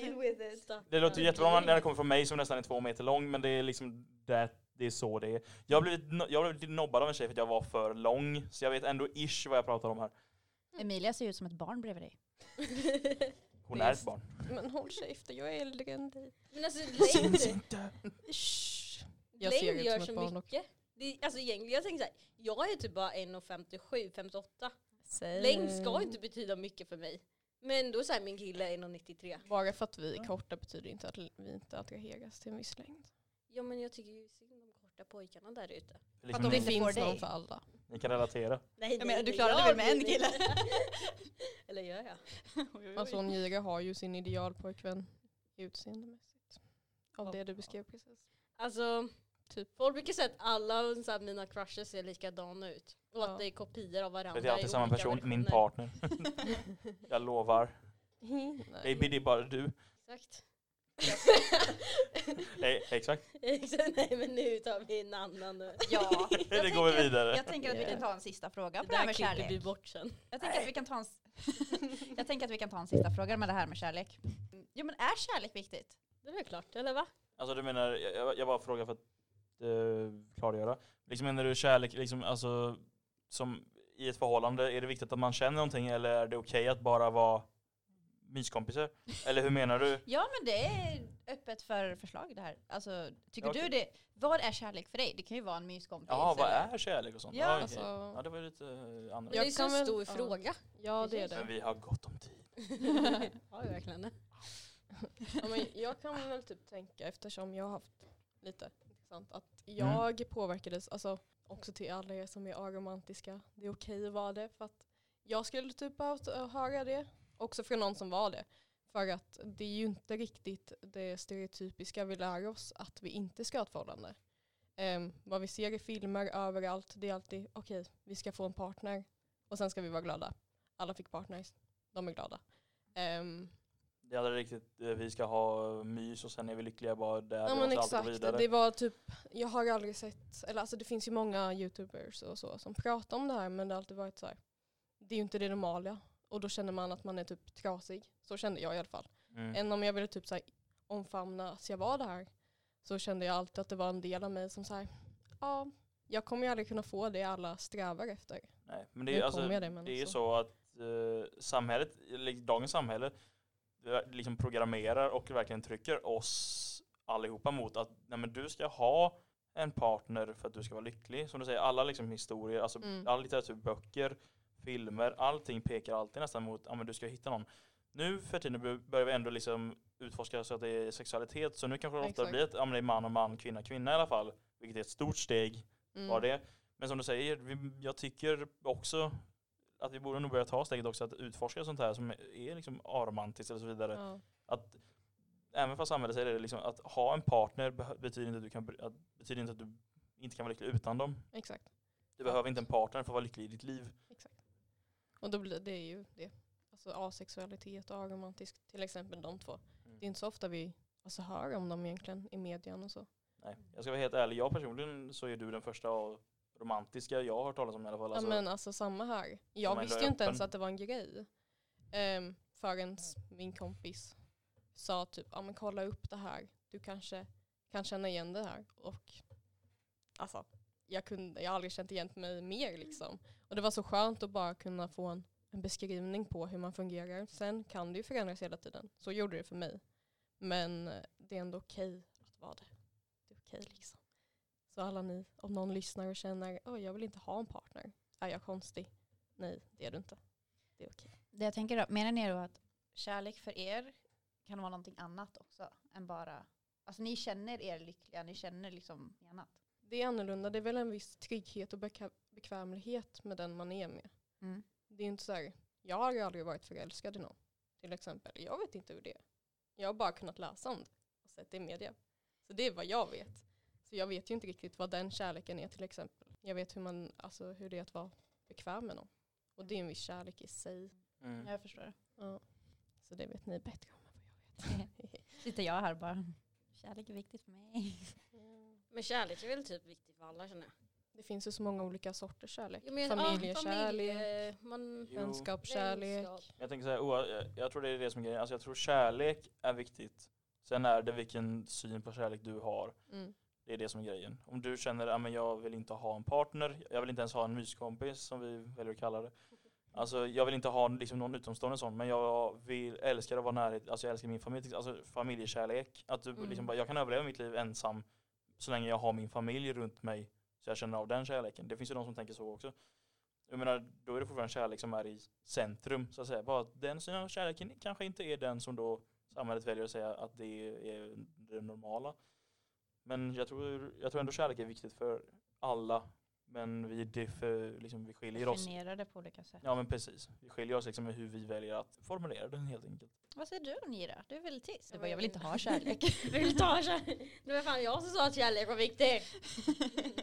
liksom- with it. Stackars. Det låter jättebra när det kommer från mig som nästan är två meter lång, men det är liksom det, det är så det är. Jag har blivit, no- jag har blivit nobbad av en tjej för att jag var för lång, så jag vet ändå ish vad jag pratar om här. Emilia ser ut som ett barn bredvid dig. Hon är ett barn. Men håll käften, jag är äldre än dig. Men alltså längd, Shh. Jag ser längd ut gör som ett så barn och- mycket. Det, alltså egentligen, jag tänker såhär, jag är typ bara 1,57, 58. Säg. Längd ska inte betyda mycket för mig. Men då säger min kille är 1,93. Bara för att vi är korta betyder inte att vi inte attraheras till en viss längd. Ja men jag tycker ju synd om korta pojkarna där ute. Liksom, Att de inte det ni, får finns någon dig. för alla. ni kan relatera. Nej, Jag menar, du klarar det väl med en kille? Eller gör jag? Alltså Nyra har ju sin idealpojkvän utseendemässigt. Av det du beskrev precis. Alltså, Typ. folk brukar säga att alla så här, mina crushes ser likadana ut. Och Ja. att det är kopior av varandra. Det är alltid i samma olika person, min versioner. partner. jag lovar. Baby, Nej. det är bara du. Exakt. Nej, exakt. Exakt, Nej men nu tar vi en annan. Det Ja. Det går vi vidare. Jag tänker att vi kan ta en sista fråga på det här där med klipper vi kärlek. bort sen. Jag tänker, att vi kan ta en, s- jag tänker att vi kan ta en sista fråga med det här med kärlek. Jo men är kärlek viktigt? Det är väl klart, eller va? Alltså du menar, jag- jag, jag bara frågar för att eh, klargöra. Liksom menar du kärlek, liksom, alltså, som i ett förhållande, är det viktigt att man känner någonting eller är det okej att bara vara myskompisar? Eller hur menar du? Ja men det är öppet för förslag det här. Alltså, tycker Ja, okej. du det? Vad är kärlek för dig? Det kan ju vara en myskompis. Ja, vad eller- är kärlek och sånt? Ah, Ja, okej. Alltså, ja det var ju lite eh, Men annorlunda. det är ju så kan väl- stor ja. fråga. ja det är Men det. vi har gott om tid. Har vi verkligen det? Ja, men jag kan väl typ tänka eftersom jag har haft lite intressant att jag påverkades, alltså också till alla er som är aromantiska, det är okej att vara det för att jag skulle typ behövt eh, höra det också från någon som var det. För att det är ju inte riktigt det stereotypiska vi lär oss att vi inte ska ha ett förhållande. Ehm, vad vi ser i filmer överallt, det är alltid okej, vi ska få en partner och sen ska vi vara glada. Alla fick partners, de är glada. Ehm, Det är aldrig riktigt, eh, vi ska ha mys och sen är vi lyckliga bara där Ja och men så alltid gå exakt, vidare. det var typ, jag har aldrig sett, eller alltså det finns ju många youtubers och så som pratar om det här men det har alltid varit så här. det är ju inte det normala och då känner man att man är typ trasig, så kände jag i alla fall. Mm. Än om jag ville typ så här omfamna att jag var det här så kände jag alltid att det var en del av mig som så här, ja jag kommer ju aldrig kunna få det alla strävar efter. Nej, men det Nu är, alltså, kommer jag det, det, men är alltså. så att eh, samhället, eller dagens samhälle, eh, liksom programmerar och verkligen trycker oss allihopa mot att nej, men du ska ha en partner för att du ska vara lycklig. Som du säger, alla liksom historier, alltså Mm. alla litteraturböcker, filmer, allting pekar alltid nästan mot att men du ska hitta någon. Nu för tiden bör- börjar vi ändå liksom utforska så att det är sexualitet, så nu kanske det ofta Exakt. blir att ja, men det är man och man, kvinna och kvinna i alla fall, vilket är ett stort steg Mm. var det. Men som du säger, vi, jag tycker också att vi borde nog börja ta steget också att utforska sånt här som är liksom aromantiskt eller så vidare. Ja. Att, även fast samhället säger det, liksom, att ha en partner beh- betyder inte att du, kan, bry- att, betyder inte att du inte kan vara lycklig utan dem. Exakt, Du behöver inte en partner för att vara lycklig i ditt liv. exakt. Och då blir det är ju det. Alltså asexualitet och aromantisk, till exempel de två. Det är inte så ofta vi alltså, hör om dem egentligen i medien och så. Nej. Jag ska vara helt ärlig, jag personligen så är du den första av romantiska jag har hört talas om i alla fall. Alltså, ja, men alltså samma här. Som Jag ändå visste är ju inte ens öppen. att det var en grej. Um, förrän min kompis sa typ, ja men kolla upp det här. Du kanske kan känna igen det här. Och alltså, jag, kunde, jag har aldrig känt igen mig mer liksom. Och det var så skönt att bara kunna få en, en beskrivning på hur man fungerar. Sen kan det ju förändras hela tiden. Så gjorde det för mig. Men eh, det är ändå okej att vara det. Det är okej liksom. Så alla ni, om någon lyssnar och känner, åh jag vill inte ha en partner. Är jag konstig? Nej, det är du inte. Det är okej. Det jag tänker då, menar ni då att kärlek för er kan vara någonting annat också än bara, alltså ni känner er lyckliga, ni känner liksom annat. Det är annorlunda. Det är väl en viss trygghet och beka- bekvämlighet med den man är med. Mm. Det är inte så här, jag har ju aldrig varit förälskad i någon. Till exempel, jag vet inte hur det är. Jag har bara kunnat läsa om det och sett det i media. Så det är vad jag vet. Så jag vet ju inte riktigt vad den kärleken är till exempel. Jag vet hur, man, alltså, hur det är att vara bekväm med någon. Och det är en viss kärlek i sig. Mm. Ja, jag förstår. Ja. Så det vet ni bättre om än Sitter jag här bara. Kärlek är viktigt för mig. vad jag vet. Men kärlek är väl typ viktigt för alla känner jag. Det finns ju så många olika sorters kärlek. jag menar, Familjekärlek, familje- man, Jo. vänskapskärlek. vänskap. Jag tänker så här, oa- jag- jag tror det är det som är grejen. Alltså jag tror kärlek är viktigt. Sen är det vilken syn på kärlek du har. Mm. Det är det som är grejen. Om du känner att jag vill inte ha en partner, jag vill inte ens ha en myskompis som vi väljer att kalla det. Alltså jag vill inte ha liksom, någon utomstående sån, men jag vill, älskar att vara närhet, alltså jag älskar min familj, alltså familjekärlek. Att du, Mm. liksom, bara, jag kan överleva mitt liv ensam så länge jag har min familj runt mig så jag känner av den kärleken. Det finns ju de som tänker så också. Jag menar, då är det fortfarande kärlek som är i centrum så att säga. Bara att den synen av kärleken kanske inte är den som då samhället väljer att säga att det är det normala. Men jag tror, jag tror ändå kärlek är viktigt för alla. Men vi, differ, liksom, vi skiljer oss. Definierade på olika sätt. Ja men precis. Vi skiljer oss liksom i hur vi väljer att formulera den helt enkelt. Vad säger du Nira? Du är väldigt tyst. Ja, Du bara, men- jag vill inte ha kärlek. Vill du ta kärlek? Det var fan jag som sa att kärlek var viktig.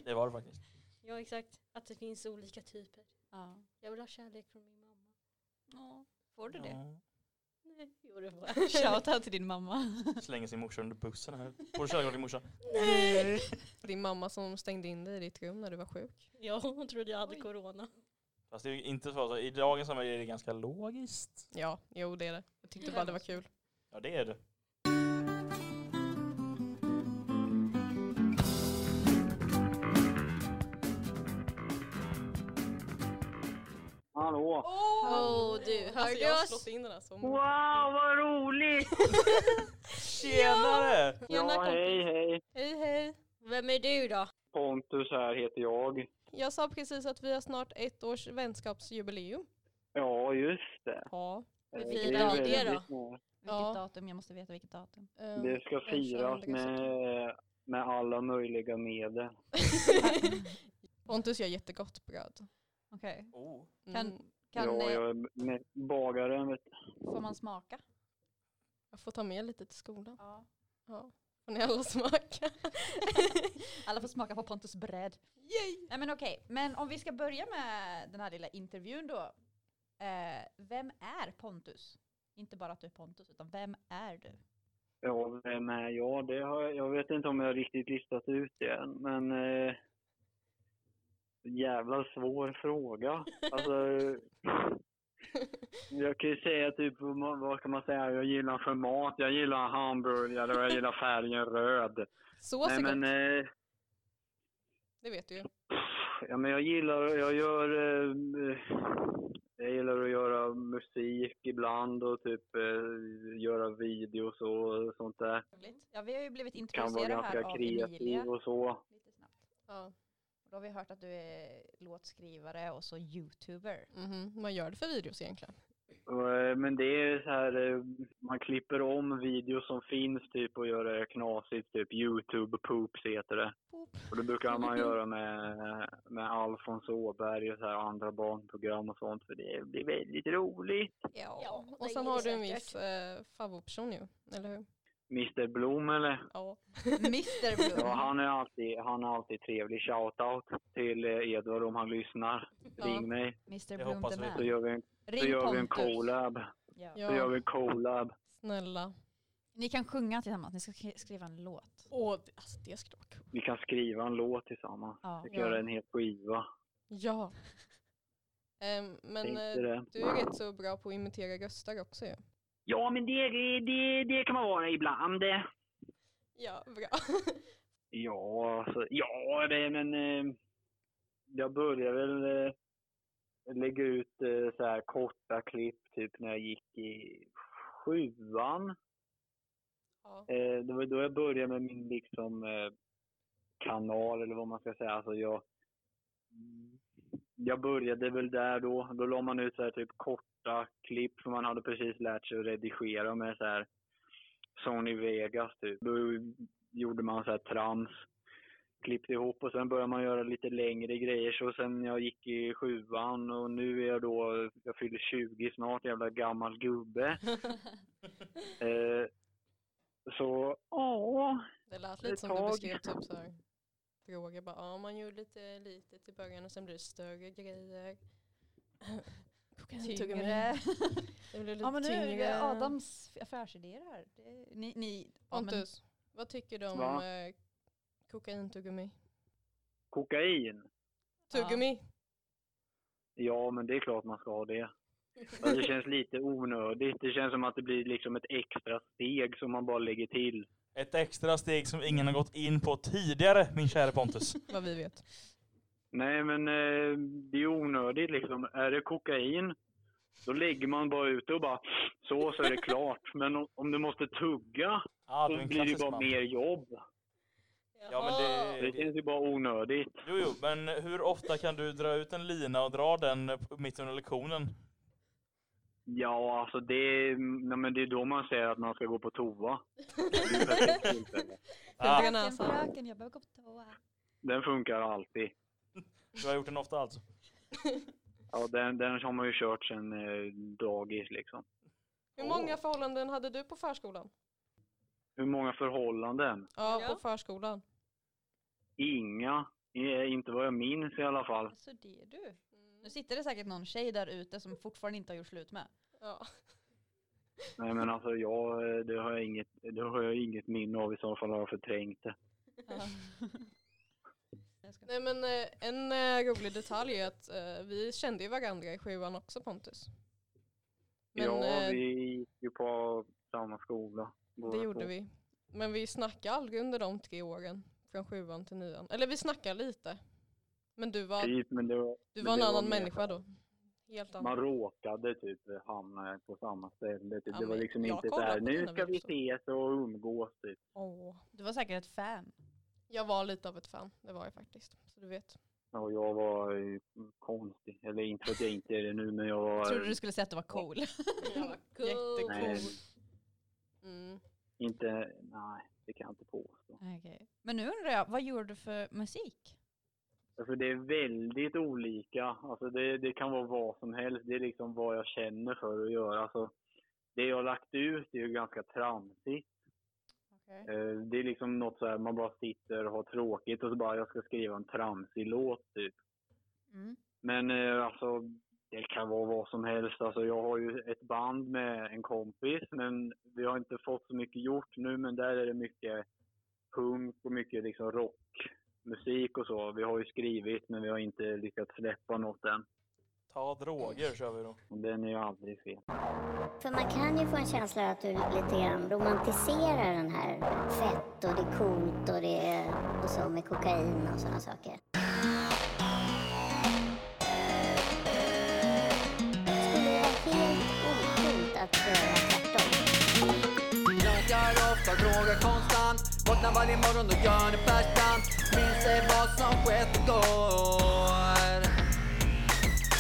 Det var det faktiskt. Ja exakt, att det finns olika typer. ja. Jag vill ha kärlek från min mamma. Ja, Får du det? Nej, jo det får jag. Shoutout till din mamma. Ja, slänger sin morsa under bussen här. Får du kärlek av din morsa? Nej. Din mamma som stängde in dig i ditt rum när du var sjuk. Ja hon trodde jag hade Oj. corona. Fast det är ju inte så. så I dagens samhälle är det ganska logiskt. Ja, jo det är det. Jag tyckte bara det var kul. Ja det är det. Hallå! Åh, du, hörde alltså, jag har oss? slått in den här sommaren. Wow, vad roligt! Tjenare! Ja, kompis. hej, hej! Hej hej! Vem är du då? Pontus här heter jag. Jag sa precis att vi har snart ett års vänskapsjubileum. Ja, just det. Ja. Vi Eh, firar är det då. väldigt nära. Vilket Ja. datum? Jag måste veta vilket datum. ehm, Det ska den 22 firas med, med alla möjliga medel. Pontus gör jättegott bröd. Okej. Oh. Mm. Kan- Kan, ja, eh, jag är med bagaren. Vet du. Får man smaka? Jag får ta med lite till skolan. Ja. Ja. Får ni alla smaka? Alla får smaka på Pontus bröd. Yay! Nej men okej, men om vi ska börja med den här lilla intervjun då. Eh, vem är Pontus? Inte bara att du är Pontus, utan vem är du? Ja, vem är jag? Det har, jag jag vet inte om jag riktigt listat ut det än, men... Eh, jävla svår fråga. Alltså... Jag kan ju säga typ, vad vad ska man säga, jag gillar för mat, jag gillar hamburgare och jag gillar färgen röd. Sås är Nej, men, gott, eh, det vet du ju. ja, men jag gillar, jag gör, eh, eh, jag gillar att göra musik ibland och typ eh, göra videos och sånt där. Ja, vi har ju blivit Kan vara introducerade här ganska av kreativ Emilia. och så. Lite snabbt. Ja. Och då har vi hört att du är låtskrivare och så youtuber. Mhm, Vad gör du för videos egentligen? Och, eh, Men det är så här, eh, man klipper om videos som finns typ och gör det knasigt, typ Youtube poops heter det. Poop. Och det brukar Mm. man göra med, med Alfons Åberg och så här andra barnprogram och sånt för det blir väldigt roligt. Ja, Och det sen är har det du en säkert. viss eh, favoritperson ju, eller hur? Mr Blom eller? Ja. Mr Ja, Blue. han är alltid, han är alltid trevlig. Shoutout till eh, Edvard om han lyssnar. Ring mig Mr Jag Bloom hoppas den vi- här. så gör vi en, så Ring gör vi en Pontus. collab. Ja. Så gör vi ja. en collab. Snälla. Ni kan sjunga tillsammans, ni ska skri- skriva en låt. Åh, det- alltså det skulle vara coolt. Vi kan skriva en låt tillsammans. Ja. Vi kan göra en hel skiva. Ja. Ehm, men Tänkte eh, det. du är rätt så bra på att imitera röster också ju. Ja, men det, det, det kan man vara ibland. Ja, bra. Ja, alltså, ja det, men eh, jag började väl eh, lägga ut eh, så här korta klipp typ när jag gick i sjuan. ja. Eh, det var då jag började med min liksom eh, kanal eller vad man ska säga. Alltså jag jag började väl där då. Då la man ut så här typ korta klipp för man hade precis lärt sig att redigera med så här Sony Vegas typ. Då gjorde man så här trams, klippte ihop och sen började man göra lite längre grejer. Så sen jag gick i sjuan och nu är jag då, jag fyller 20 snart, jävla gammal gubbe. eh, så, ja. Det lät Det lite som du tag. beskrev typ så här. Droger bara, ja man gjorde lite litet i början och sen blev det större grejer. Tyngre. Tyngre. Det blev lite Ja men nu är tyngre. det Adams affärsidéer här. Det, ni, ni, ja, men- Pontus, vad tycker du om Va? eh, kokaintuggummi? Kokain. Tuggummi? Ja, men det är klart man ska ha det. Men det känns lite onödigt. Det känns som att det blir liksom ett extra steg som man bara lägger till. Ett extra steg som ingen har gått in på tidigare, min kära Pontus. Vad vi vet. Nej, men eh, det är onödigt liksom. Är det kokain, då lägger man bara ut det och bara så, så är det klart. Men om- om du måste tugga, Ja, du är då en blir det ju klassisk bara man. mer jobb. Ja, men det, Det det, känns ju bara onödigt. jo, jo, men hur ofta kan du dra ut en lina och dra den eh, mitt under lektionen? Ja, alltså det, nej, men det är då man säger att man ska gå på toa. Det är ju perfekt tillfälle. Ah, Främja Fröken, näsan. fröken, jag behöver gå på toa. Den funkar alltid. du har gjort den ofta alltså? Ja, den, den har man ju kört sedan eh, dagis liksom. Hur många förhållanden hade du på förskolan? Hur många förhållanden? Ja, Ja. på förskolan. Inga. Eh, Inte vad jag minns i alla fall. Så Alltså, det är du. Nu sitter det säkert någon tjej där ute som fortfarande inte har gjort slut med. Ja. Nej men alltså jag, eh, det har jag inget, det har jag inget minne av i så fall har jag förträngt det. Nej men eh, en eh, rolig detalj är att eh, vi kände ju varandra i sjuan också Pontus. Men ja, eh, vi gick ju på samma skola. båda det gjorde två. vi. Men vi snackade aldrig under de tre åren. Från sjuan till nian. Eller vi snackade lite. Men du var, Typ, men det var, du men var en det var annan mer människa då. Helt man annan. råkade typ hamna på samma ställe. Typ. Ja, det var men liksom jag inte så kollar här, på nu dina ska vi videos. ses och umgås typ. Åh. Du var säkert ett fan. Jag var lite av ett fan, det var jag faktiskt. Så du vet. Och jag var eh, konstig, eller inte för att jag inte är det nu men jag var... Trodde du skulle säga att du var cool. Jag var nej, cool. Mm. inte, nej det kan jag inte påstå. Okej. Men nu undrar jag, vad gjorde du för musik? Alltså det är väldigt olika. Alltså det, det kan vara vad som helst. Det är liksom vad jag känner för att göra. Alltså det jag har lagt ut är ju ganska tramsigt. Eh, Det är liksom något så här, man bara sitter och har tråkigt och så bara jag ska skriva en tramsig låt typ. Mm. Men eh, alltså det kan vara vad som helst. Alltså jag har ju ett band med en kompis men vi har inte fått så mycket gjort nu men där är det mycket punk och mycket liksom rockmusik och så. Vi har ju skrivit men vi har inte lyckats släppa något än. Ta droger kör vi då. Och den är ju aldrig fel. För man kan ju få en känsla av att du lite grann romantiserar den här fett och det är coolt och det är och så med kokain och sådana saker. Skulle det vara helt ocoolt att göra tvärtom? Knarkar ofta, drogar konstant Vaknar varje morgon och gör det färskan Minns ej vad som skett igår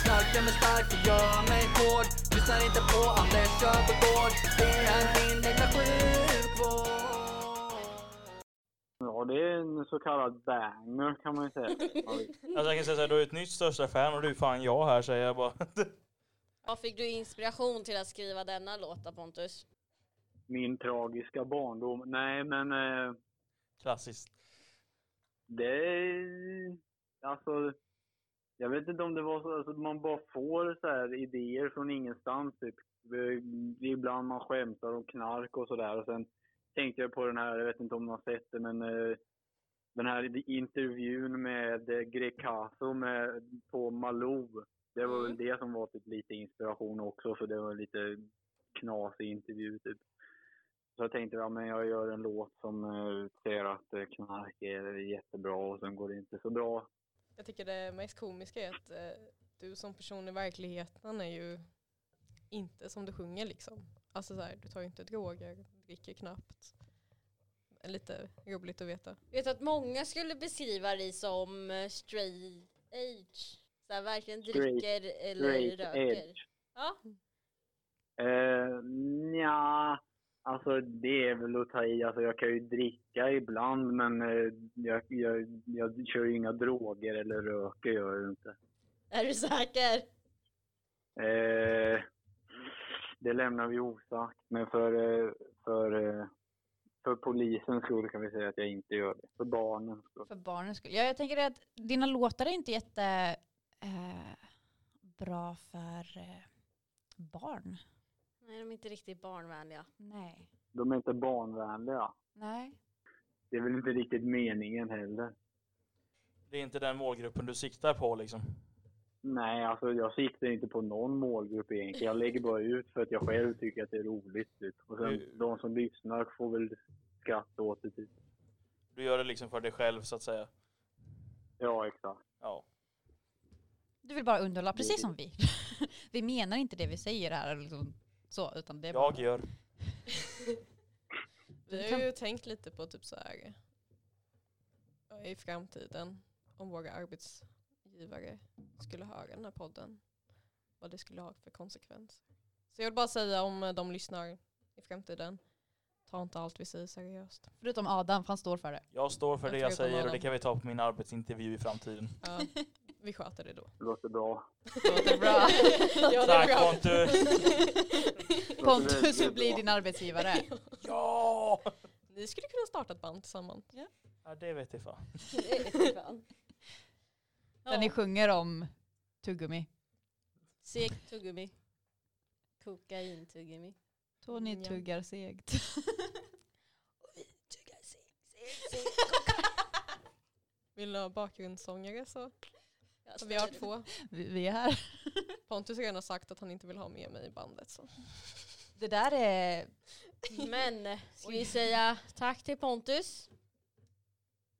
Knarkar mig stark och gör mig hård Lyssnar inte på Anders Öfvergård Det är min lilla sjukvård Ja det är en så kallad banger kan man ju säga. Ja, Alltså jag kan säga såhär, du är ett nytt största fan och du är fan jag här säger jag bara. Var fick du inspiration till att skriva denna låt då, Pontus? Min tragiska barndom. Nej men eh, Klassiskt. Det är... Alltså... Jag vet inte om det var så alltså, man bara får så här idéer från ingenstans. Typ. Eh, Ibland man skämtar om knark och sådär. Och sen tänkte jag på den här, jag vet inte om ni har sett det, men eh, den här intervjun med eh, Grecaso med, på Malou. Det var väl det som var typ lite inspiration också, för det var lite knasig intervju typ. Så jag tänkte ja, men jag gör en låt som eh, säger att eh, knark är jättebra och sen går det inte så bra. Jag tycker det mest komiska är att eh, du som person i verkligheten är ju inte som du sjunger liksom. Alltså så här, du tar ju inte droger, dricker knappt. Lite roligt att veta. Vet att många skulle beskriva dig som eh, straight age. Så här, varken Straight- dricker eller Straight röker. edge. Ja. Uh, ja, alltså det är väl att ta i. Alltså, jag kan ju dricka ibland men eh, jag, jag, jag kör ju inga droger eller röker gör jag ju inte. Är du säker? Eh, det lämnar vi osagt, men för, eh, för, eh, för polisens skull kan vi säga att jag inte gör det. För barnens skull. För barnens skull. Ja, jag tänker att dina låtar är inte jätte eh, bra för eh, barn. Nej, de är inte riktigt barnvänliga. Nej. De är inte barnvänliga. Nej. Det är väl inte riktigt meningen heller. Det är inte den målgruppen du siktar på liksom. Nej, alltså jag siktar inte på någon målgrupp egentligen. Jag lägger bara ut för att jag själv tycker att det är roligt. Typ. Och sen Mm. de som lyssnar får väl skratta åt det. Typ. Du gör det liksom för dig själv så att säga. Ja, exakt. Ja. Du vill bara underhålla, precis det. som vi. vi menar inte det vi säger här. eller Liksom, så, utan det är Jag bara- gör. Vi har ju tänkt lite på typ så här eh, i framtiden om våra arbetsgivare skulle höra den här podden. Vad det skulle ha för konsekvens. Så jag vill bara säga om eh, de lyssnar i framtiden. Ta inte allt vi säger seriöst. Förutom Adam, för han står för det. Jag står för Jag det tror jag jag kommer säger ha och det dem. kan vi ta på min arbetsintervju i framtiden. Ja, vi sköter det då. Det låter bra. Låter bra. Ja, det är Tack bra. Pontus! Det låter Pontus väldigt vill bli bra. din arbetsgivare. Ja! Ni skulle kunna starta ett band tillsammans. Ja det vet jag fan. Det är fan. Där ni sjunger om tuggummi. Segt tuggummi. Kokaintuggummi. Tony Ja. tuggar segt. Tugga seg, seg, seg. Vill ni ha bakgrundssångare så Jag har vi har stöder två. Vi, vi är här. Pontus har redan sagt att han inte vill ha med mig i bandet. Så. Det där är... dig. Men eh, ska vi säga tack till Pontus?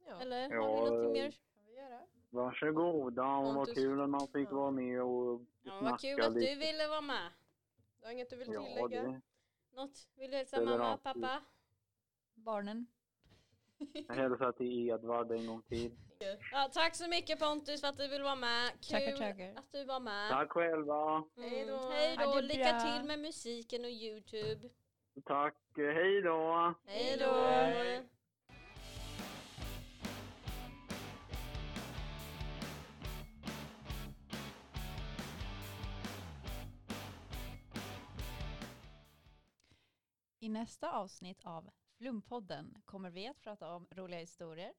Ja. Eller Ja, har vi något mer? Varsågoda och vad Pontus. kul att man fick Ja. vara med och Ja, snacka vad kul att lite. du ville vara med. Du har inget du vill Ja, tillägga? det. Något? Vill du hälsa Det är väl mamma och alltid- pappa? Barnen. Jag hälsar till Edvard en gång till. Ja, tack så mycket Pontus för att du vill vara med. Kul Tackar, tackar. att du var med. Tack själva! Mm. Hej då. Hej Ha då. det Lycka bra. till med musiken och Youtube. Tack, hej då! Hej då. Hej. I nästa avsnitt av Flumpodden kommer vi att prata om roliga historier